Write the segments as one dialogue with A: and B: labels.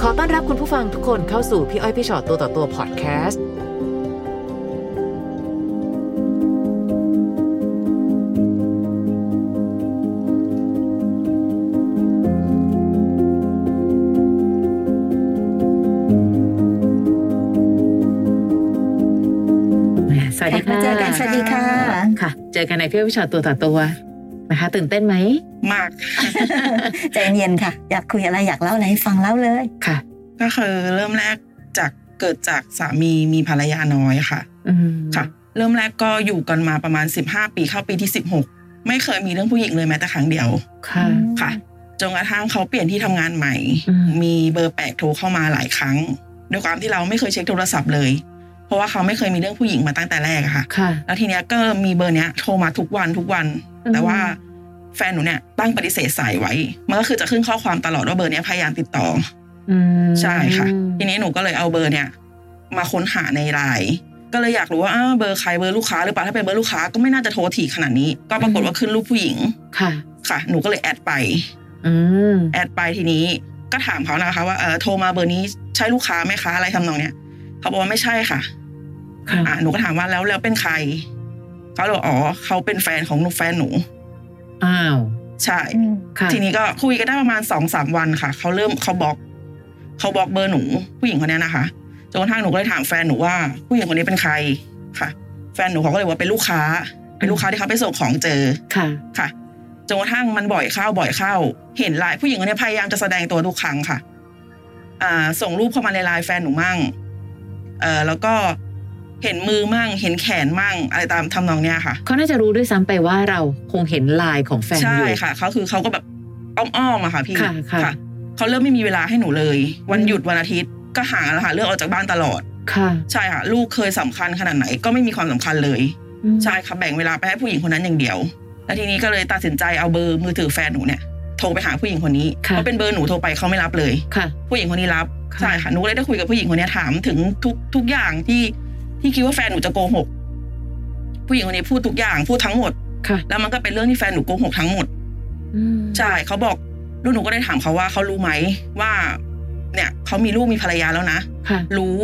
A: ขอต้อนรับคุณผู้ฟังทุกคนเข้าสู่พี่อ้อยพี่ชอตตัวต่อตัวพอดแคสต์ สวัสดีค่ะ
B: มาเจอกันสวัสดีค่ะ
A: ค่ะ เจอกันในพี่อ้อยพี่ชอตตัวต่อตัวนะคะ ตื่นเต้นไหม
B: มาก
C: ใจเย็นค่ะ อยากคุยอะไรอยากเล่าอะไรให้ฟังเล่าเลย
A: ค่ะ
B: ก็คือเริ่มแรกจากเกิดจากสามีมีภรรยาน้อยค่ะ
A: อืม
B: ค่ะ เริ่มแรกก็อยู่กันมาประมาณ 15 ปีเข้าปีที่ 16 ไม่เคยมีเรื่องผู้หญิงเลยแม้แต่ครั้งเดียว
A: ค่ะ
B: ค่ะจนกระทั่งเขาเปลี่ยนที่ทำงานใหม่
A: อืม
B: มีเบอร์แปลกโทรเข้ามาหลายครั้งด้วยความที่เราไม่เคยเช็คโทรศัพท์เลย เพราะว่าเขาไม่เคยมีเรื่องผู้หญิงมาตั้งแต่แรกอะค่ะ
A: ค่ะ
B: แล้วทีเนี้ยก็มีเบอร์เนี้ยโทรมาทุกวันทุกวัน
A: อืม
B: แต่ว่าแฟนหนูเนี่ยตั้งปฏิเสธสายไว้ มันก็คือจะขึ้นข้อความตลอดว่าเบอร์เนี้ยพยายามติดต่อ
A: อืม
B: ใช่ค่ะ ทีนี้หนูก็เลยเอาเบอร์เนี่ยมาค้นหาในไลน์ก็เลยอยากรู้ว่าอ้าวเบอร์ใครเบอร์ลูกค้าหรือเปล่าถ้าเป็นเบอร์ลูกค้าก็ไม่น่าจะโทรถี่ขนาดนี้ ก็ปรากฏว่าขึ้นรูปผู้หญิง
A: ค่ะ
B: ค่ะ หนูก็เลยแอดไป
A: อืม
B: แอดไปทีนี้ ก็ถามเขานะคะว่าเออโทรมาเบอร์นี้ใช่ลูกค้าไหมคะอะไรทำนองเนี้ยเขาบอกว่าไม่ใช่ค่ะ
A: ค่ะ
B: อ่ะหนูก็ถามว่าแล้วแล้วเป็นใครเขาเลยบอกอ๋อเขาเป็นแฟนของหนูแฟนหนู
A: อ้าว
B: ใช่
A: ค่ะ
B: ทีนี้ก็คุยกันได้ประมาณสองสามวันค่ะ เขาเริ่มเขาบล็อกเขาบล็อกเบอร์หนู ผู้หญิงคนเนี้ยนะคะจนกระทั่งหนูก็เลยถามแฟนหนูว่าผู้หญิงคนนี้เป็นใครค่ะ แฟนหนูเขาก็เลยบอกว่าเป็นลูกค้า เป็นลูกค้าที่เขาไปส่งของเจอ
A: ค่ะ
B: ค่ะจนกระทั่งมันบ่อยเข้าบ่อยเข้า เห็นไลน์ผู้หญิงคนเนี้ยพยายามจะแสดงตัวทุกครั้งค่ะ อ่า ส่งรูปเข้ามาในไลน์แฟนหนูมั่งเอ่อแล้วก็เห็นมือมั่ง เห็นแขนมั่ง อะไรตามทำนองเนี้ยค่ะ
A: เขาน่าจะรู้ด้วยซ้ำไปว่าเราคงเห็นไลายของแฟนอยู่
B: ใช่ค่ะเขาคือเขาก็แบบอ้อมๆอะค่ะพี่
A: ค่ะค่ะ
B: เขาเริ่มไม่มีเวลาให้หนูเลย วัน
A: อืม
B: หยุดวันอาทิตย์ก็หาละค่ะเลือกออกจากบ้านตลอด
A: ค่ะ
B: ใช่ค่ะ ลูกเคยสำคัญขนาดไหนก็ไม่มีความสำคัญเลย
A: อืม
B: ใช่ค่ะแบ่งเวลาไปให้ผู้หญิงคนนั้นอย่างเดียว แล้วทีนี้ก็เลยตัดสินใจเอาเบอร์มือถือแฟนหนูเนี่ยโทรไปหาผู้หญิงคนนี้เพราะเป็นเบอร์หนูโทรไปเขาไม่รับเลย
A: ค่ะ
B: ผู้หญิงคนนี้รับ
A: ค่ะ
B: ใช่ค่ะหนูก็เลยได้คุยกับผู้หญิงคนนี้ถามถึงทุกทุกอย่างที่ที่คิดว่าแฟนหนูจะโกหก ผู้หญิงคนนี้พูดทุกอย่างพูดทั้งหมด
A: ค่ะ
B: แล้วมันก็เป็นเรื่องที่แฟนหนูโกหกทั้งหมด
A: อืม
B: ใช่เขาบอกลูกหนูก็ได้ถามเขาว่าเขารู้ไหมว่า เนี่ยเขามีลูกมีภรรยาแล้วนะ
A: ค่ะ
B: รู้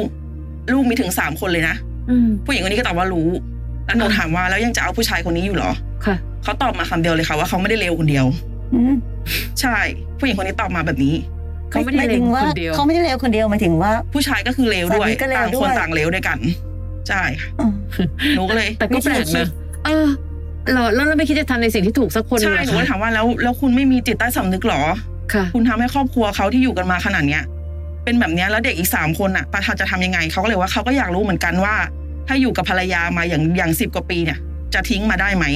B: ลูกมีถึงสามคนเลยนะ
A: อืม
B: ผู้หญิงคนนี้ก็ตอบว่ารู้แล้วหนู
A: ค่ะ
B: ถามว่าแล้วยังจะเอาผู้ชายคนนี้อยู่เหรอ
A: ค่ะ
B: เขาตอบมาคำเดียวเลยค่ะว่าเขาไม่ได้เลวคนเดียว ใช่ ผู้หญิงคนนี้ตอบมาแบบนี้
A: เขาไม่ได้
C: หาย
A: เล็
C: ถึ
A: ง
C: งว่า
A: คนเดียว
C: เขาไม่ได้เลวคนเดียวหมายถึงว่า
B: ผู้ชายก็คือเลวด้วย
C: สามีก็เลว
B: ต่างคน
C: ด้วย
B: ต่างเลวด้วยกันใช่ค่ะ
C: อ๋อ
B: หนูก็เลย
A: แต่ก็แปลก
C: ไม่ใช่
A: นะเออเราแล้วเราไม่คิดจะทำในสิ่งที่ถูกสักคน
B: ใช่
A: เลย
B: หนู
A: เหร
B: ก็
A: อ
B: เลย
A: คะ
B: ถามว่าแล้วแล้วคุณไม่มีจิตใต้สำนึกเหรอ
A: ค่ะ
B: คุณทำให้ครอบครัวเขาที่อยู่กันมาขนาดเนี้ย เป็นแบบเนี้ยแล้วเด็กอีกสามคนอ่ะตาทาจะทำยังไงเขาก็เลยว่าเขาก็อยากรู้เหมือนกันว่า ถ้าอยู่กับภรรยามาอย่างอย่างสิบกว่าปีเนี่ย จะทิ้งมาได้ไหม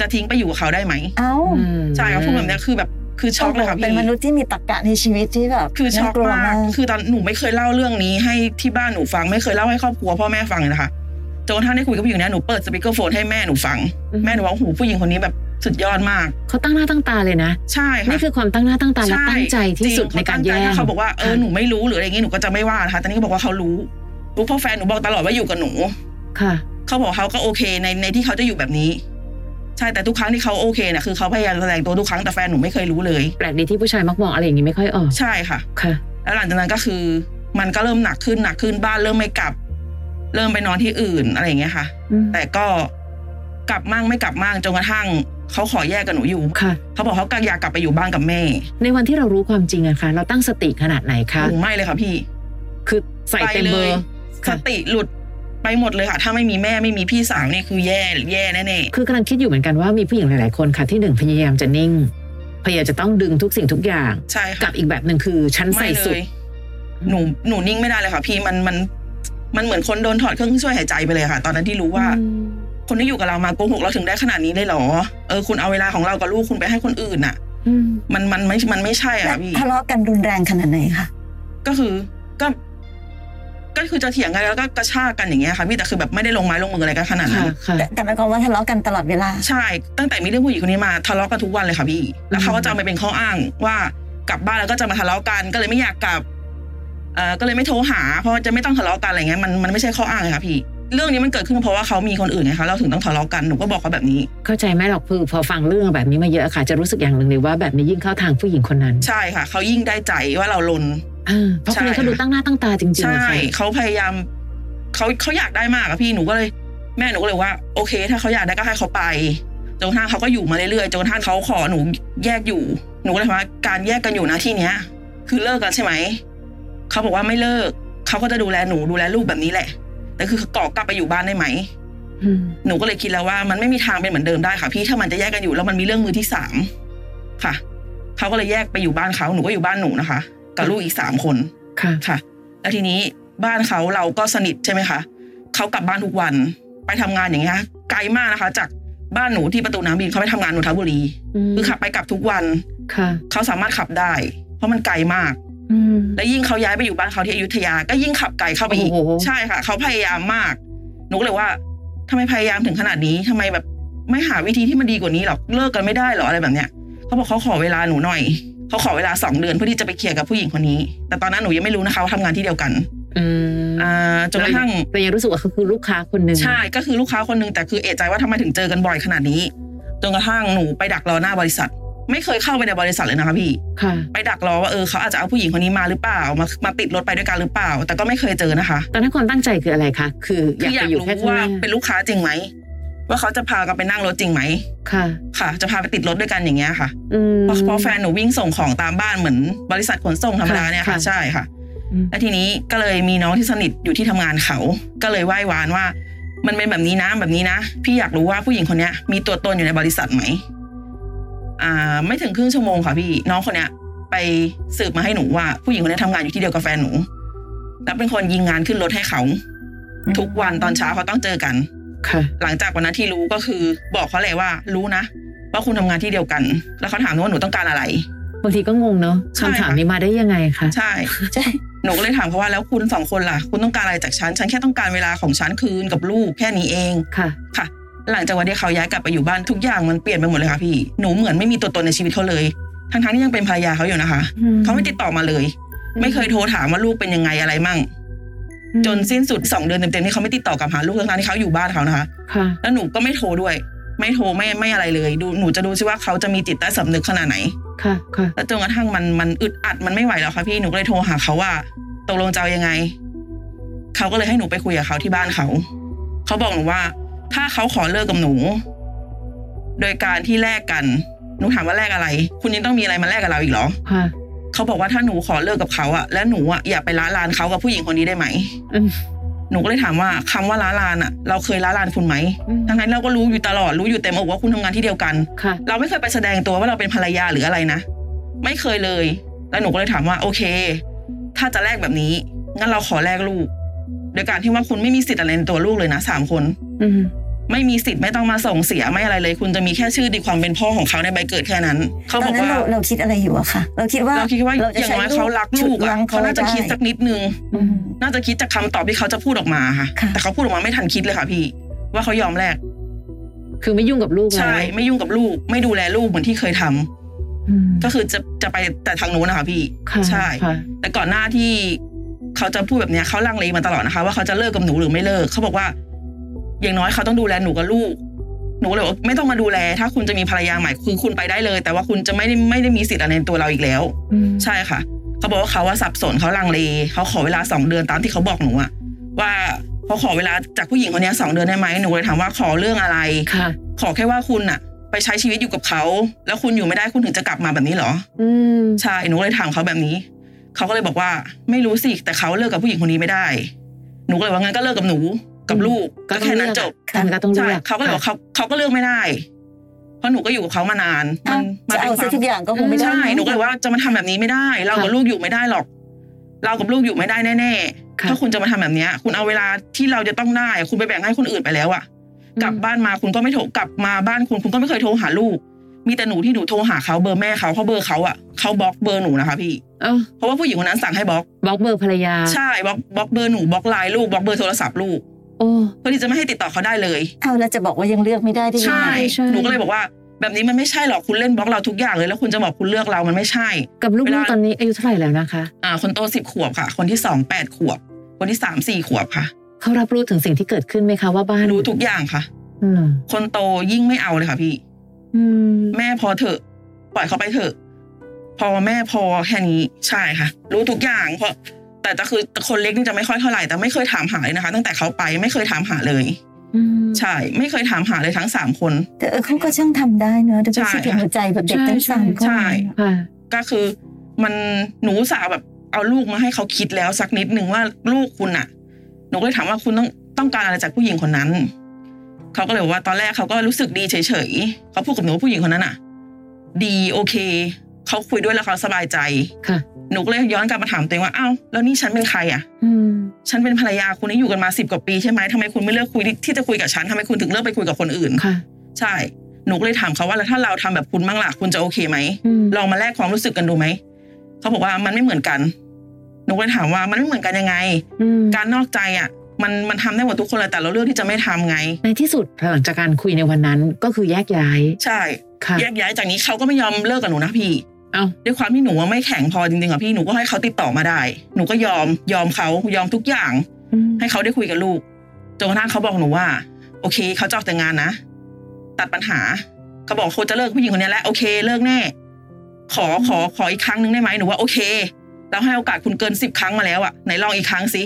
B: จะทิ้งไปอยู่กับเขาได้ไหม
C: เอ้า
A: อืม
B: ใช่เขาพูดแบบเนี้ยคือแบบคือช็อกเลยค่ะ
C: เป็น
B: พี่
C: มนุษย์ที่มีตรรกะในชีวิตที่แบบ
B: คือช็อก
C: น่ลัว
B: มากคือตอนหนูไม่เคยเล่าเรื่องนี้ ให้ที่บ้านหนูฟังไม่เคยเล่าให้ครอบครัวพ่อแม่ฟังเลยนะคะจนกระทั่งได้คุยกับผู้หญิงเนี้ยหนูเปิดสปีกเกอร์โฟนให้แม่หนูฟังแม่หนูบอกว่าโอ้โหูผู้หญิงคนนี้แบบสุดยอดมาก
A: เขาตั้งหน้าตั้งตาเลยนะ
B: ใช่ค่ะ
A: นี่คือความตั้งหน้าตั้งตาและตั้งใจที่สุดในการแย่
B: ช่
A: ง
B: จริงเขาตั้งใจถ้าเขาบอกว่าเออหนูไม่รู้หรืออะไรอย่างงี้หนูก็จะไม่ว่านะคะแต่นี่ก็บอกว่าเขารู้รู้เพราะแฟนหนูบอกตลอดว่าอยู่กับหนู
A: ค่ะ
B: เขาบอกเขาก็โอเคในในที่เขาจะอยู่แบบนี้ ใช่แต่ทุกครั้งที่เขาโอเคเนี่ยคือเขาพยายามแสดงตัวทุกครั้งแต่แฟนหนูไม่เคยรู้เลย
A: แปลกดีที่ผู้ชายมักมองอะไรอย่างนี้ไม่ค่อยออก
B: ใช่ค่ะ
A: ค่ะ
B: แล้วหลังจากนั้นก็คือ มันก็เริ่มหนักขึ้นหนักขึ้นบ้านเริ่มไม่กลับ เริ่มไปนอนที่อื่นอะไรอย่างเงี้ยค่ะ
A: อืม
B: แต่ก็กลับมั่งไม่กลับมั่งจนกระทั่งเขาขอแยกกับหนูอยู่
A: ค่ะ
B: เขาบอกเขาอยากกลับไปอยู่บ้านกับแม่
A: ในวันที่เรารู้ความจริงอะคะเราตั้งสติขนาดไหนคะ
B: หนูไม่เลยค่ะพี่
A: คือใส่เต็มเบอร์
B: ส
A: ค่ะ
B: ติหลุดไปหมดเลยค่ะ ถ้าไม่มีแม่ไม่มีพี่สาวนี่คือแย่แย่แน่
A: คือกำลังคิดอยู่เหมือนกันว่ามีผู้หญิงหลาย ๆ คนค่ะที่หนึ่งพยายามจะนิ่ง พยายามจะต้องดึงทุกสิ่งทุกอย่าง
B: ๆใช่
A: กั
B: ค่ะ
A: บอีกแบบหนึ่งคือฉัน
B: ไม่
A: ใส่
B: เล
A: สุด
B: ยหนูหนูนิ่งไม่ได้เลยค่ะ พี่มันมันมันเหมือนคนโดนถอดเครื่องช่วยหายใจไปเลยค่ะ ตอนนั้นที่รู้ว่า คนที่อยู่กับเรามาโกหกเราถึงได้ขนาดนี้เลยเหรอเออคุณเอาเวลาของเรากับลูกคุณไปให้คนอื่นน่ะ
A: อืม
B: มันมันไม่มันไม่ใช่
C: และ
B: อ่ะพี่
C: ทะเลาะกันรุนแรงขนาดไหนคะ
B: ก็คือก็ ก็คือจะเถียงกันแล้วก็กระชากกันอย่างเงี้ยค่ะพี่แต่คือแบบไม่ได้ลงไม้ลงมืออะไรกันขนาดนั้
A: ค่ะ
B: น
A: ค่ะ
C: แต่แต่หมายความว่าทะเลาะกันตลอดเวลา
B: ใช่ ตั้งแต่มีเรื่องผู้หญิงคนนี้มาทะเลาะกันทุกวันเลยค่ะพี่ แล้วเขาก็จะเอาไปเป็นข้ออ้างว่ากลับบ้านแล้วก็จะมาทะเลาะกัน ก็เลยไม่อยากกลับ เอ่อ ก็เลยไม่โทรหา เพราะจะไม่ต้องทะเลาะกันอะไรเงี้ย มันมันไม่ใช่ข้ออ้างเลยค่ะพี่ เรื่องนี้มันเกิดขึ้นเพราะว่าเขามีคนอื่นไงคะ เราถึงต้องทะเลาะกัน หนูก็บอกเขาแบบนี้
A: เข้าใจไหมหรอกคือพอฟังเรื่องแบบนี้มาเยอะค่ะ จะรู้สึกอย่างหนึ่งเลยว่าแบบนี้ยิ่งเข้าทางผู้หญิงคนนั้น
B: ใช่ค่ะ เขายิ่งได้ใจว่าเราลน
A: เออเพราะคนนี้เขาดูตั้งหน้าตั้งตาจริงๆ
B: ใช่
A: อะค่ะ
B: เขาพยายามเขาเขาอยากได้มากอะพี่หนูก็เลย แม่หนูก็เลยว่า โอเค ถ้าเขาอยากได้ก็ให้เขาไปจนกระทั่งเขาก็อยู่มาเรื่อยๆจนกระทั่งเขาขอหนูแยกอยู่ หนูก็เลยว่าการแยกกันอยู่นะที่เนี้ย คือเลิกกันใช่ไหมเขาบอกว่าไม่เลิกเขาก็จะดูแลหนูดูแลลูกแบบนี้แหละแต่คือเขากอกลับไปอยู่บ้านได้ไหม
A: อืม
B: หนูก็เลยคิดแล้วว่ามันไม่มีทางเป็นเหมือนเดิมได้ค่ะ พี่ถ้ามันจะแยกกันอยู่แล้วมันมีเรื่องมือที่สามค่ะเขาก็เลยแยกไปอยู่บ้านเขาหนูก็อยู่บ้านหนูนะคะ กับลูกอีกสามคน
A: ค่ะ
B: ค่ะแล้วทีนี้บ้านเขาเราก็สนิทใช่ไหมคะเขากลับบ้านทุกวันไปทำงานอย่างเงี้ยไกลมากนะคะ จากบ้านหนูที่ประตูน้ำบินเขาไปทำงานนนทบุรี
A: อืม
B: คือขับไปกลับทุกวัน
A: ค่ะ
B: เขาสามารถขับได้ เพราะมันไกลมาก
A: อืม
B: และยิ่งเขาย้ายไปอยู่บ้านเขาที่อยุธยา ก็ยิ่งขับไกลเข้าไปอีก
A: โอ้โห
B: ใช่ค่ะเขาพยายามมากหนูก็เลยว่าทำไมพยายามถึงขนาดนี้ทำไมแบบไม่หาวิธีที่มันดีกว่านี้หรอกเลิกกันไม่ได้หรออะไรแบบเนี้ยเขาบอกเขาขอเวลาหนูหน่อยเขาขอเวลาสองเดือนเพื่อที่จะไปเคลียร์กับผู้หญิงคนนี้ แต่ตอนนั้นหนูยังไม่รู้นะคะว่าทำงานที่เดียวกัน
A: อืม
B: อ่าจนกระทั่ง
A: แต่ยังรู้สึกว่าเขาคือลูกค้าคนหนึ่ง
B: ใช่ก็คือลูกค้าคนหนึงแต่คือเอะใจว่าทำไมถึงเจอกันบ่อยขนาดนี้จนกระทั่งหนูไปดักรอหน้าบริษัท ไม่เคยเข้าไปในบริษัทเลยนะคะพี่
A: ค่ะ
B: ไปดักรอว่าเออเขาอาจจะเอาผู้หญิงคนนี้มาหรือเปล่ามามาติดรถไปด้วยกันหรือเปล่า แต่ก็ไม่เคยเจอนะคะ
A: ตอนนั้นความตั้งใจคืออะไรคะ คืออ
B: คื
A: ยากไป
B: ออยาก
A: อยู่
B: รู้
A: แค่ข้างห
B: ว่า
A: น้า
B: เป็นลูกค้าจริงไหมว่าเขาจะพากันไปนั่งรถจริงไหม
A: ค่ะ
B: ค่ะ จะพาไปติดรถด้วยกันอย่างเงี้ยค่ะ
A: อืม
B: เพราะเพราะแฟนหนูวิ่งส่งของตามบ้านเหมือนบริษัทขนส่งธรรมดาเนี่ยค่ะ
A: ค่ะ
B: ใช่ค่ะ
A: อืม
B: และทีนี้ก็เลยมีน้องที่สนิทอยู่ที่ทำงานเขา ก็เลยไหว้วานว่า มันเป็นแบบนี้นะแบบนี้นะ พี่อยากรู้ว่าผู้หญิงคนเนี้ย มีตัวตนอยู่ในบริษัทไหมอ่า ไม่ถึงครึ่งชั่วโมงค่ะพี่น้องคนเนี้ย ไปสืบมาให้หนูว่าผู้หญิงคนเนี้ยทำงานอยู่ที่เดียวกับแฟนหนูแล้วเป็นคนยิงงานขึ้นรถให้เขา ทุกวันตอนเช้าเขาต้องเจอกัน
A: ค่ะ
B: หลังจากวันนั้นที่รู้ก็คือ บอกเขาเลยว่ารู้นะว่าคุณทำงานที่เดียวกัน แล้วเขาถามหนูว่าหนูต้องการอะไร
A: บางทีก็งงเนาะ
B: ใช่
A: คำถาม
B: ค่ะ
A: นี้มาได้ยังไงคะ
B: ใช่
C: ใช่
B: หนูก็เลยถามเขาว่าแล้วคุณสองคนล่ะ คุณต้องการอะไรจากฉัน ฉันแค่ต้องการเวลาของฉันคืนกับลูกแค่นี้เอง
A: ค่ะ
B: ค่ะ หลังจากวันที่เขาย้ายกลับไปอยู่บ้านทุกอย่างมันเปลี่ยนไปหมดเลยค่ะพี่หนูเหมือนไม่มีตัวตนในชีวิตเขาเลย ทั้งๆที่ยังเป็นภรรยาเขาอยู่นะคะ
A: อืม
B: เขาไม่ติดต่อมาเลย ไม่เคยโทรถามว่าลูกเป็นยังไงอะไรมั่ง จนสิ้นสุดสองเดือนเต็มๆที่เขาไม่ติดต่อกลับหาลูกทั้งๆที่เขาอยู่บ้านเขานะคะ
A: ค่ะ
B: แล้วหนูก็ไม่โทรด้วย ไม่โทรไม่ไม่อะไรเลย ดูหนูจะดูซิว่าเขาจะมีจิตใต้สำนึกขนาดไหน
A: ค่ะ ค่ะ
B: แล้วจนกระทั่งมันมันอึดอัดมันไม่ไหวแล้วค่ะพี่หนูก็เลยโทรหาเขาว่าตกลงจะเอายังไง เขาก็เลยให้หนูไปคุยกับเขาที่บ้านเขา เขาบอกหนูว่า ถ้าเขาขอเลิกกับหนู โดยการที่แลกกัน หนูถามว่าแลกอะไร คุณยังต้องมีอะไรมาแลกกับเราอีกเหรอ
A: ค่ะ
B: เขาบอกว่าถ้าหนูขอเลิกกับเขาอะและหนูอะอย่าไปล้าลานเขากับผู้หญิงคนนี้ได้ไหม
A: อืม
B: หนูก็เลยถามว่าคำว่าล้าลานอะเราเคยล้าลานคุณไหม
A: อืม
B: ทั้งนั้นเราก็รู้อยู่ตลอดรู้อยู่เต็มอกว่าคุณทำงานที่เดียวกัน
A: ค่ะ
B: เราไม่เคยไปแสดงตัวว่าเราเป็นภรรยาหรืออะไรนะ ไม่เคยเลย แล้วหนูก็เลยถามว่า โอเค ถ้าจะแลกแบบนี้ งั้นเราขอแลกลูก โดยการที่ว่าคุณไม่มีสิทธิ์อะไรในตัวลูกเลยนะสามคน
A: อืม
B: ไม่มีสิทธิ์ไม่ต้องมาส่งเสียไม่อะไรเลย คุณจะมีแค่ชื่อดีความเป็นพ่อของเขาในใบเกิดแค่นั้น
C: ต
B: เขา
C: อน
B: บอก
C: นั้น
B: ว่า
C: เราเราคิดอะไรอยู่อะค่ะ เราคิดว่า
B: เราคิดว่า
C: เร
B: อย่าง
C: ใช้
B: น้อยเขารัก
C: ฉุ
B: ลูก
C: ด
B: อะ
C: รั้ง
B: เขาน่าจะ
C: ไว้
B: คิด
C: ไ
B: สักนิดนึง
C: อืม
B: น่าจะคิดจากคำตอบที่เขาจะพูดออกมาค่ะ
C: ค่ะ
B: แต่เขาพูดออกมาไม่ทันคิดเลยค่ะพี่ ว่าเขายอมแลก
A: คือไม่ยุ่งกับลูกแล้ว
B: ใช่ ไม่ยุ่งกับลูก ไม่ดูแลลูกเหมือนที่เคยทำ
A: อืม
B: ก็คือจะจะไปแต่ทางนู้นนะคะพี่
A: ค่ะ
B: ใช่
A: ค่ะ
B: แต่ก่อนหน้าที่เขาจะพูดแบบเนี้ยเขาลังเลมาตลอดนะคะ ว่าเขาจะเลิกกับหนูหรือไม่เลิกเขาบอกว่า อย่างน้อยเขาต้องดูแลหนูกับลูก หนูก็เลยบอกว่าไม่ต้องมาดูแล ถ้าคุณจะมีภรรยาใหม่คือคุณไปได้เลย แต่ว่าคุณจะไม่ได้ไม่ได้มีสิทธิ์อะไรในตัวเราอีกแล้ว
A: อืม
B: ใช่ค่ะ เขาบอกว่าเขาว่าสับสนเขาลังเลเขาขอเวลาสองเดือนตามที่เขาบอกหนูอะว่าเขาขอเวลาจากผู้หญิงคนเนี้ยสองเดือนได้ไหมหนูเลยถามว่าขอเรื่องอะไร
A: ค่ะ
B: ขอแค่ว่าคุณอะไปใช้ชีวิตอยู่กับเขาแล้วคุณอยู่ไม่ได้คุณถึงจะกลับมาแบบนี้เหรอ
A: อืม
B: ใช่หนูก็เลยถามเขาแบบนี้ เขาก็เลยบอกว่าไม่รู้สิแต่เขาเลิกกับผู้หญิงคนนี้ไม่ได้ หนูก็เลยว่างั้นก็เลิกกับหนูกับลูกก็
A: ต้อ
B: แค่
A: ง
B: นั้น
A: เลือก
B: จบ
A: อะแต่มันก็ต้องเลื
B: ใช่
A: อก
B: เขาก็เลยบอก
A: ค่ะ
B: เขาเขาก็เลือกไม่ได้ เพราะหนูก็อยู่กับเขามานานมั
C: อ้าวน
B: มั
C: จะ
B: น
C: เอาซะ
B: เป็น
C: ทุกอย่างก็คงไม่ได้
B: ใช่
C: เอะ
B: หนูก็เลยว่าจะมาทำแบบนี้ไม่ได้ เรากับ
A: ค่ะ
B: ลูกอยู่ไม่ได้หรอก เรากับลูกอยู่ไม่ได้แน่
A: ค่ะ
B: ๆถ้าคุณจะมาทำแบบเนี้ย คุณเอาเวลาที่เราจะต้องได้คุณไปแบ่งให้คนอื่นไปแล้วอะ กลับบ้านมาคุณก็ไม่โทรกลับมาบ้านคุณคุณก็ไม่เคยโทรหาลูก มีแต่หนูที่หนูโทรหาเขาเบอร์แม่เขาเพราะเบอร์เขาอ่ะเขาบล็อกเบอร์หนูนะคะพี่
A: เออ
B: เพราะว่าผู้หญิงคนนั้นสั่งให้บล็อก
A: บล็อกเบอร์ภรรยา
B: ใช่บล็อกบล็อกเบอร์หนูบล็อกไลน์ลูกบล็อกเบอร์โทรศัพท์ลูก
A: โอ้
B: เพื่อที่จะไม่ให้ติดต่อเขาได้เลย
C: เอาแล้วจะบอกว่ายังเลือกไม่ได้ได้ยัง
B: ใช่
C: ไง
A: ใช่
B: หนูก็เลยบอกว่า แบบนี้มันไม่ใช่หรอกคุณเล่นบล็อกเราทุกอย่างเลยแล้วคุณจะบอกคุณเลือกเรามันไม่ใช่
A: กับลูก
B: เวลา
A: ๆตอนนี้อายุเท่าไหร่แล้วนะคะ
B: อ่าคนโตสิบขวบค่ะ คนที่สองแปดขวบ คนที่สามสี่ขวบค่ะ
A: เขารับรู้ถึงสิ่งที่เกิดขึ้นไหมคะว่าบ้าน
B: รู้ทุกอย่างค่ะ
A: อืม
B: คนโตยิ่งไม่เอาเลยค่ะพี่
A: อืม
B: แม่พอเถอะ ปล่อยเขาไปเถอะ พอแม่พอแค่นี้ใช่ค่ะ รู้ทุกอย่างเพราะแต่แต่คือคนเล็กนี่จะไม่ค่อยเท่าไหร่แต่ไม่เคยถามหาเลยนะคะ ตั้งแต่เขาไปไม่เคยถามหาเลย
A: อืม
B: ใช่ ไม่เคยถามหาเลยทั้งสามคน
C: แต่เออเขาก็ช่างทำได้เนอะแต่เป็น
B: ใช่
C: สิทธิ์หัวใจแบบเด็ก
A: ใช่
C: ทั้งสามคน
B: ใช่
A: ค่ะ
B: ก็คือมันหนูอุตสาห์แบบเอาลูกมาให้เขาคิดแล้วสักนิดนึงว่าลูกคุณอะหนูก็เลยถามว่าคุณต้องต้องการอะไรจากผู้หญิงคนนั้น เขาก็เลยบอกว่าตอนแรกเขาก็รู้สึกดีเฉยๆเขาพูดกับหนูว่าผู้หญิงคนนั้นอะดีโอเคเขาคุยด้วยแล้วเขาสบายใจ
A: ค่ะ
B: หนูก็เลยย้อนกลับมาถามตัวเองว่าอ้าวแล้วนี่ฉันเป็นใครอะ
A: อืม
B: ฉันเป็นภรรยาคุณนี่อยู่กันมาสิบกว่าปีใช่ไหมทำไมคุณไม่เลือกคุยที่ที่จะคุยกับฉันทำไมคุณถึงเลือกไปคุยกับคนอื่น
A: ค่ะ
B: ใช่ หนูก็เลยถามเขาว่าแล้วถ้าเราทำแบบคุณบ้างล่ะคุณจะโอเคไหม
A: อืม
B: ลองมาแลกความรู้สึกกันดูไหม เขาบอกว่ามันไม่เหมือนกัน หนูก็เลยถามว่ามันไม่เหมือนกันยังไง
A: อืม
B: การนอกใจอ่ะ มันมันทำได้หมดทุกคนเลยแต่เราเลือกที่จะไม่ทำไง
A: ในที่สุดหลังจากการคุยในวันนั้นก็คือแยกย้าย
B: ใช่
A: ค่ะ
B: แยกย้ายจากนี้เขาก็ไม่ยอมเลิกกับหนูนะพี่
A: เอ้า
B: ด้วยความที่หนูว่าไม่แข็งพอจริงๆอ่ะพี่ หนูก็ให้เขาติดต่อมาได้ หนูก็ยอมยอมเขายอมทุกอย่าง ให้เขาได้คุยกับลูก จนกระทั่งเขาบอกหนูว่า โอเคเขาจะออกจากงานนะ ตัดปัญหา เขาบอกเขาจะเลิกผู้หญิงคนนี้แล้วโอเคเลิกแน่ ขอขอขออีกครั้งหนึ่งได้ไหมหนูว่าโอเค เราให้โอกาสคุณเกินสิบครั้งมาแล้วอะไหนลองอีกครั้งสิ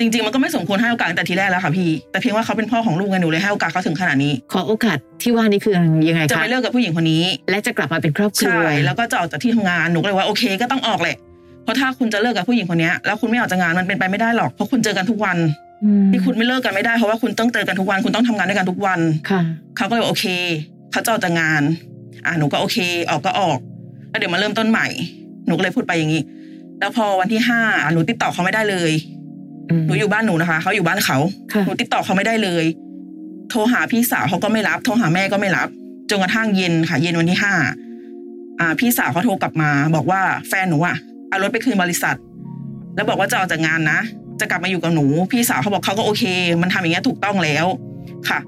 B: จริง ๆ มันก็ไม่สมควรให้โอกาสตั้งแต่ทีแรกแล้วค่ะพี่ แต่เพียงว่าเขาเป็นพ่อของลูกไงหนูเลยให้โอกาสเขาถึงขนาดนี้
A: ขอโอกาสที่ว่านี้คือยังไง
B: จะ
A: คะ
B: ไปเลิกกับผู้หญิงคนนี้
A: และจะกลับมาเป็นครอบครัว
B: ใช่แล้วก็จะออกจากที่ทำงานหนูก็เลยว่าโอเคก็ต้องออกแหละเพราะถ้าคุณจะเลิกกับผู้หญิงคนนี้แล้วคุณไม่ออกจากงานมันเป็นไปไม่ได้หรอกเพราะคุณเจอกันทุกวัน
A: อืม
B: ที่คุณไม่เลิกกันไม่ได้เพราะว่าคุณต้องเจอกันทุกวันคุณต้องทำงานด้วยกันทุกวัน
A: ค่ะ
B: เขาก็เลยบอกโอเค เขาจะออกจากงาน อ่ะหนูก็โอเค ออกก็ออกแล้วเดี๋ยวมาเริ่มต้นใหม่ หนูก็เลยพูดไปอย่างนี้ แล้วพอวันที่ห้าหนูติดต่อเขาไม่ได้เลย
A: อืม
B: หนูอยู่บ้านหนูนะคะ เขาอยู่บ้านเขา
A: ค่ะ
B: หนูติดต่อเขาไม่ได้เลย โทรหาพี่สาวเขาก็ไม่รับ โทรหาแม่ก็ไม่รับจนกระทั่งเย็นค่ะ เย็นวันที่ห้าอ่า พี่สาวเขาโทรกลับมา บอกว่าแฟนหนูอะเอารถไปคืนบริษัท แล้วบอกว่าจะออกจากงานนะ จะกลับมาอยู่กับหนู พี่สาวเขาบอกเขาก็โอเค มันทำอย่างเงี้ยถูกต้องแล้ว ค่ะ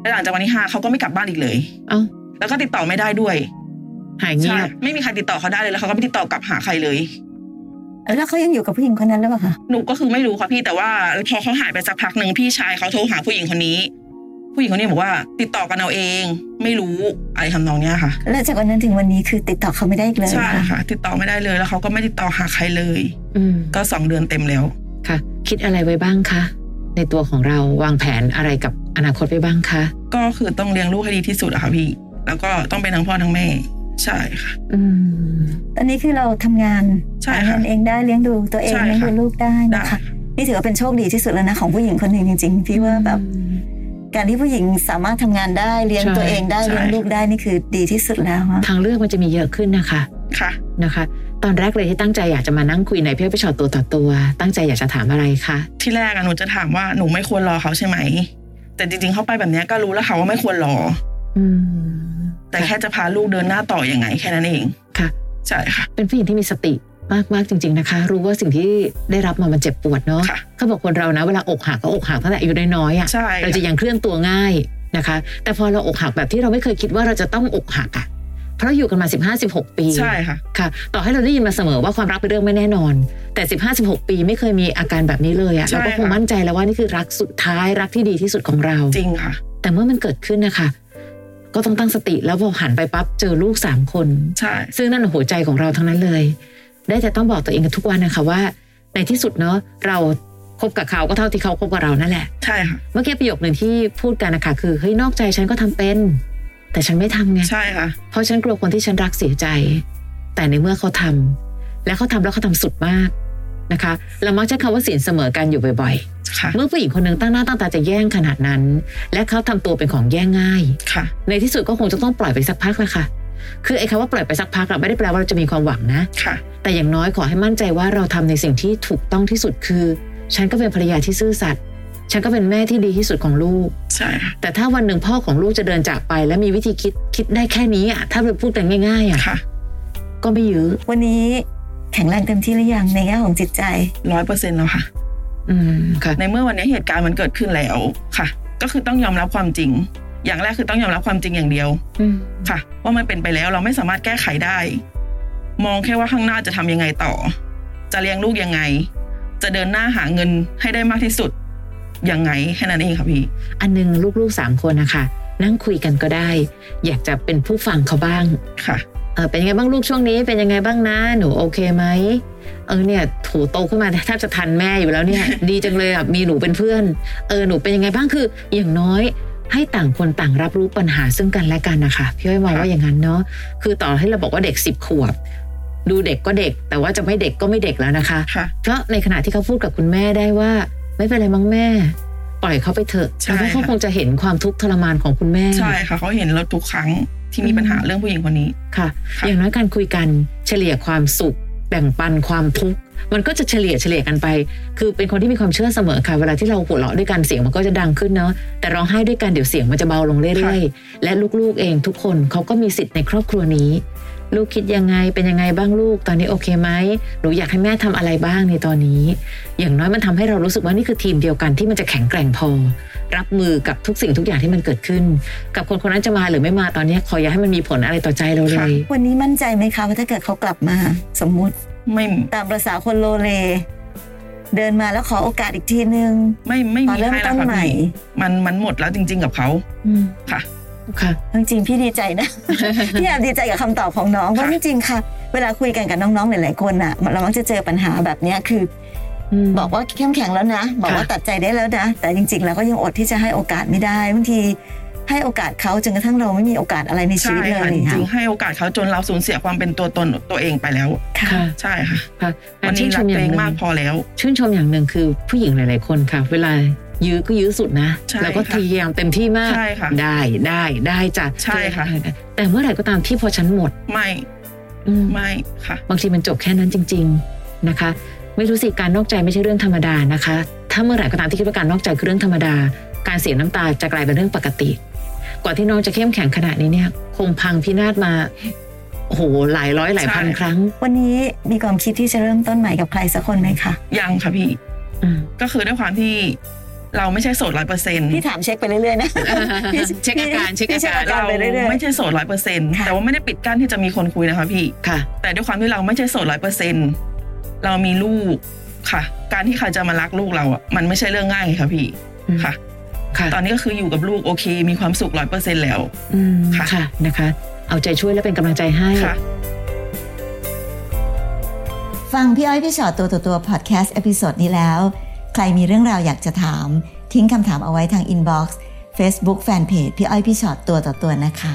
B: แล้วหลังจากวันที่ห้าเขาก็ไม่กลับบ้านอีกเลย
A: เอ้า
B: แล้วก็ติดต่อไม่ได้ด้วย
A: หายเงี
B: ใช่
A: ยบ
B: ไม่มีใครติดต่อเขาได้เลยแล้วเขาก็ไม่ติดต่อกลับหาใครเลย
C: เออแล้วเขายังอยู่กับผู้หญิงคนนั้นหรือเปล่าคะ
B: หนูก็คือไม่รู้ค่ะพี่แต่ว่าพอเขาหายไปสักพักหนึ่งพี่ชายเขาโทรหาผู้หญิงคนนี้ ผู้หญิงคนนี้บอกว่า ติดต่อกันเอาเอง ไม่รู้อะไรทำนองเนี้ยค่ะ
C: แล้วจากวันนั้นถึงวันนี้คือติดต่อเขาไม่ได้อีกเลย
B: ใช่
C: เหรอคะ
B: ค่ะ ติดต่อไม่ได้เลยแล้วเขาก็ไม่ติดต่อหาใครเลย
A: อืม
B: ก็สองเดือนเต็มแล้ว
A: ค่ะ คิดอะไรไว้บ้างคะในตัวของเราวางแผนอะไรกับอนาคตไว้บ้างคะ
B: ก็คือต้องเลี้ยงลูกให้ดีที่สุดอะค่ะพี่ แล้วก็ต้องเป็นทั้งพ่อทั้งแม่ ใช่ค่ะ
A: อืม
C: ตอนนี้คือเราทำงาน
B: ใช่
C: หา
B: ค่ะ
C: เงินเองได้เลี้ยงดูตัวเอง
B: ใช่ค่ะ
C: เลี้ยงดูลูกได้
B: ได้
C: นะคะ นี่ถือว่าเป็นโชคดีที่สุดแล้วนะของผู้หญิงคนหนึ่งจริงๆพี่ว่าแบบการที่ผู้หญิงสามารถทำงานได้เลี้ยง
A: ใช่
C: ตัวเองได้
B: ใช่
C: เลี้ยงลูกได้นี่คือดีที่สุดแล้วอะ
A: ทางเลือกมันจะมีเยอะขึ้นนะคะ
B: ค่ะ
A: นะคะ ตอนแรกเลยที่ตั้งใจอยากจะมานั่งคุยในเพื่อไปชอตตัวต่อตัว ตั้งใจอยากจะถามอะไรคะ
B: ที่แรกอะหนูจะถามว่าหนูไม่ควรรอเขาใช่ไหม แต่จริงๆเขาไปแบบเนี้ยก็รู้แล้วค่ะว่าไม่ควรรอ
A: อืม
B: แต่แค่จะพาลูกเดินหน้าต่ออยังไง แค่นั้นเอง
A: ค่ะ
B: ใช่ค่ะ
A: เป็นผู้หญิงที่มีสติมากมากๆจริง ๆนะคะ รู้ว่าสิ่งที่ได้รับมามันเจ็บปวดเนาะ
B: ค่ะ
A: เขาบอกคนเรานะเวลาอกหักก็อกหักตั้งแต่อายุน้อยๆอ่ะ
B: ใช่
A: เราจะยังเคลื่อนตัวง่ายนะคะ แต่พอเราอกหักแบบที่เราไม่เคยคิดว่าเราจะต้องอกหักอ่ะเพราะอยู่กันมา 15 16 ปี
B: ใช่ค่ะ
A: ค่ะ ต่อให้เราได้ยินมาเสมอว่าความรักเป็นเรื่องไม่แน่นอน แต่ 15 16 ปีไม่เคยมีอาการแบบนี้เลยอ่ะ
B: ใช่
A: เราก็คง
B: ค่ะ
A: มั่นใจแล้วว่านี่คือรักสุดท้ายรักที่ดีที่สุดของเรา
B: จริงค่ะ
A: แต่เมื่อมันเกิดขึ้นนะคะ ก็ต้องตั้งสติแล้วพอหันไปปั๊บเจอลูกสามคน
B: ใช่
A: ซึ่งนั่นหัวใจของเราทั้งนั้นเลย ได้แต่ต้องบอกตัวเองกันทุกวันนะคะว่า ในที่สุดเนาะเราคบกับเขาก็เท่าที่เขาคบกับเรานั่นแหละ
B: ใช่ค่ะ
A: เมื่อกี้ประโยคหนึ่งที่พูดกันนะคะคือเฮ้ยนอกใจฉันก็ทำเป็น แต่ฉันไม่ทำไง
B: ใช่ค่ะ
A: เพราะฉันกลัวคนที่ฉันรักเสียใจ แต่ในเมื่อเขาทำและเขาทำแล้วเขาทำสุดมากนะคะเรามักใช้คำว่าสินเสมอกันอยู่บ่อย
B: ค่ะ
A: ๆ เมื่อผู้หญิงคนหนึ่งตั้งหน้าตั้งตาจะแย่งขนาดนั้น และเขาทำตัวเป็นของแย่งง่าย
B: ค่ะ
A: ในที่สุดก็คงจะต้องปล่อยไปสักพักแหละค่ะ คือไอ้คำว่าปล่อยไปสักพักอะไม่ได้แปลว่าเราจะมีความหวังนะ
B: ค่ะ
A: แต่อย่างน้อยขอให้มั่นใจว่าเราทำในสิ่งที่ถูกต้องที่สุดคือ ฉันก็เป็นภรรยาที่ซื่อสัตย์ ฉันก็เป็นแม่ที่ดีที่สุดของลูก
B: ใช่ค่ะ
A: แต่ถ้าวันหนึ่งพ่อของลูกจะเดินจากไป และมีวิธีคิดคิดได้แค่นี้อะถ้าเราพูดกันง่ายๆอะ
B: ค่ะ
A: ก็ไม่ยื้อ
C: วันนี้แข็งแรงเต็มที่หรือยังในแง่ของจิตใจ
B: ร้อยเปอร์เซ็นต์แล้วค่ะ
A: อืมค่ะ
B: ในเมื่อวันนี้เหตุการณ์มันเกิดขึ้นแล้วค่ะ ก็คือต้องยอมรับความจริง อย่างแรกคือต้องยอมรับความจริงอย่างเดียว
A: อืม
B: ค่ะ ว่ามันเป็นไปแล้วเราไม่สามารถแก้ไขได้ มองแค่ว่าข้างหน้าจะทำยังไงต่อ จะเลี้ยงลูกยังไง จะเดินหน้าหาเงินให้ได้มากที่สุดยังไงแค่นั้นเองค่ะพี่
A: อันหนึงลูกๆสามคนนะคะนั่งคุยกันก็ได้ อยากจะเป็นผู้ฟังเขาบ้าง
B: ค่ะ
A: เออเป็นยังไงบ้างลูกช่วงนี้เป็นยังไงบ้างนะ หนูโอเคไหมเออเนี่ยถูโตขึ้นมาแทบจะทันแม่อยู่แล้วเนี่ย ดีจังเลยอ่ะมีหนูเป็นเพื่อน เออหนูเป็นยังไงบ้างคือ อย่างน้อย ให้ต่างคนต่างรับรู้ปัญหาซึ่งกันและกันนะคะพี่อ้อยมอง
B: ครับ
A: ว่าอย่างนั้นเนาะคือต่อให้เราบอกว่าเด็กสิบขวบ ดูเด็กก็เด็ก แต่ว่าจะไม่เด็กก็ไม่เด็กแล้วนะคะ
B: ค่ะ
A: เพราะในขณะที่เขาพูดกับคุณแม่ได้ว่า ไม่เป็นไรมั้งแม่ ปล่อยเขาไปเถอะ
B: ใช่
A: แล้วเขา
B: ค่ะ
A: คงจะเห็นความทุกข์ทรมานของคุณแม่
B: ใช่ค่ะเขาเห็นเราทุกครั้งที่มีปัญหาเรื่องผู้หญิงคนนี้
A: ค่ะ
B: ค่ะ
A: อย่างน้อยการคุยกันเฉลี่ยความสุข แบ่งปันความทุกข์มันก็จะเฉลี่ยเฉลี่ยกันไป คือเป็นคนที่มีความเชื่อเสมอค่ะ เวลาที่เราหัวเราะด้วยกันเสียงมันก็จะดังขึ้นเนาะแต่ร้องไห้ด้วยกันเดี๋ยวเสียงมันจะเบาลงเรื่อยๆและลูกๆเองทุกคนเขาก็มีสิทธิ์ในครอบครัวนี้ ลูกคิดยังไงเป็นยังไงบ้างลูก ตอนนี้โอเคไหมหนูอยากให้แม่ทำอะไรบ้างในตอนนี้ อย่างน้อยมันทำให้เรารู้สึกว่านี่คือทีมเดียวกันที่มันจะแข็งแกร่งพอ รับมือกับทุกสิ่งทุกอย่างที่มันเกิดขึ้น กับคนคนนั้นจะมาหรือไม่มาตอนนี้ขออย่าให้มันมีผลอะไรต่อใจเราเลย
C: วันนี้มั่นใจไหมคะว่าถ้าเกิดเขากลับมา สมมุติ
B: ไม่
C: ตามประษาคนโลเล เดินมาแล้วขอโอกาสอีกทีนึง
B: ไม่ไม่
C: ขอ
B: มี
C: เริ่ม
B: ให้แล้
C: ต้
B: วนค่ะ
C: ใหม่
B: พี่มันมันหมดแล้วจริง ๆ กับเขา
A: อืม
B: ค่ะ
A: ค่ะ
C: จริงๆพี่ดีใจนะ พี่แอบดีใจกับคำตอบของน้องว่า
B: ค่ะ
C: จริงๆค่ะ เวลาคุยกันกับน้องๆหลายๆคนอ่ะเรามักจะเจอปัญหาแบบเนี้ยคือ
A: ม
C: บอกว่าเข้มแข็งแล้วนะ บอกว่า
A: ค่ะ
C: ตัดใจได้แล้วนะ แต่จริงๆแล้วก็ยังอดที่จะให้โอกาสไม่ได้บางทีให้โอกาสเขาจนกระทั่งเราไม่มีโอกาสอะไรในชี
B: ใช่
C: วิตเลย
B: ค่ะจ
C: ค่ะ
B: ริงๆให้โอกาสเขาจนเราสูญเสียความเป็นตัวตนตัวเองไปแล้ว
C: ค่ะ
A: ค่ะ
B: ใช่ค่ะ
A: ค่ะ
B: วันนี้รักตัวเองมากพอแล้ว
A: ชื่นชมอย่างหนึ่งคือผู้หญิงหลาย ๆ คนค่ะ เวลายื้อก็ยื้อสุดนะ
B: ใช่
A: แล้วก็
B: ค่ะ
A: พยายามเต็มที่มาก
B: ใช่ค่ะ
A: ได้ได้ได้จ้ะ
B: ใช่ค่ะ
A: แต่เมื่อไหร่ก็ตามที่พอฉันหมด
B: ไม่
A: อืม
B: ไม่ค่ะ
A: บางทีมันจบแค่นั้นจริง ๆนะคะ ไม่รู้สิการนอกใจไม่ใช่เรื่องธรรมดานะคะ ถ้าเมื่อไหร่ก็ตามที่คิดว่าการนอกใจคือเรื่องธรรมดา การเสียน้ำตาจะกลายเป็นเรื่องปกติ กว่าที่น้องจะเข้มแข็งขนาดนี้เนี่ย คงพังพินาศมาโอ้โหหลายร้อยหลายพัน
B: ใช่
A: ครั้ง
C: วันนี้มีความคิดที่จะเริ่มต้นใหม่กับใครสักคนไหมคะ
B: ยังค่ะพี่
A: อืม
B: ก็คือด้วยความที่เราไม่ใช่โสดร้อยเปอร์เซ็นต์
C: พี่ถามเช็คไปเรื่อยๆนะ พี่
A: เช็คอาการเช็คอาการ
C: พี่เช็คอาการ
B: เรา
C: ไปเรื่อย
B: ไม่ใช่โสดร้อยเปอร์เซ็นต์
C: ค่ะ
B: แต่ว่าไม่ได้ปิดกั้นที่จะมีคนคุยนะคะพี่
A: ค่ะ
B: แต่ด้วยความที่เราไม่ใช่โสดร้อยเปอร์เซ็นต์เรามีลูกค่ะ การที่ใครจะมารักลูกเราอ่ะมันไม่ใช่เรื่องง่ายไงค่ะพี่
A: อืม
B: ค่ะ
A: ค่ะ
B: ตอนนี้ก็คืออยู่กับลูกโอเค มีความสุขร้อยเปอร์เซ็นต์แล้ว
A: อืม
B: ค่ะ
A: ค่ะนะคะ เอาใจช่วยและเป็นกำลังใจให้
B: ค่ะ
C: ฟังพี่อ้อยพี่ชอตตัวต่อตัวพอดแคสต์เอพิโซดนี้แล้ว ใครมีเรื่องราวอยากจะถาม ทิ้งคำถามเอาไว้ทางอินบ็อกซ์เฟซบุ๊กแฟนเพจพี่อ้อยพี่ชอตตัวต่อตัวนะคะ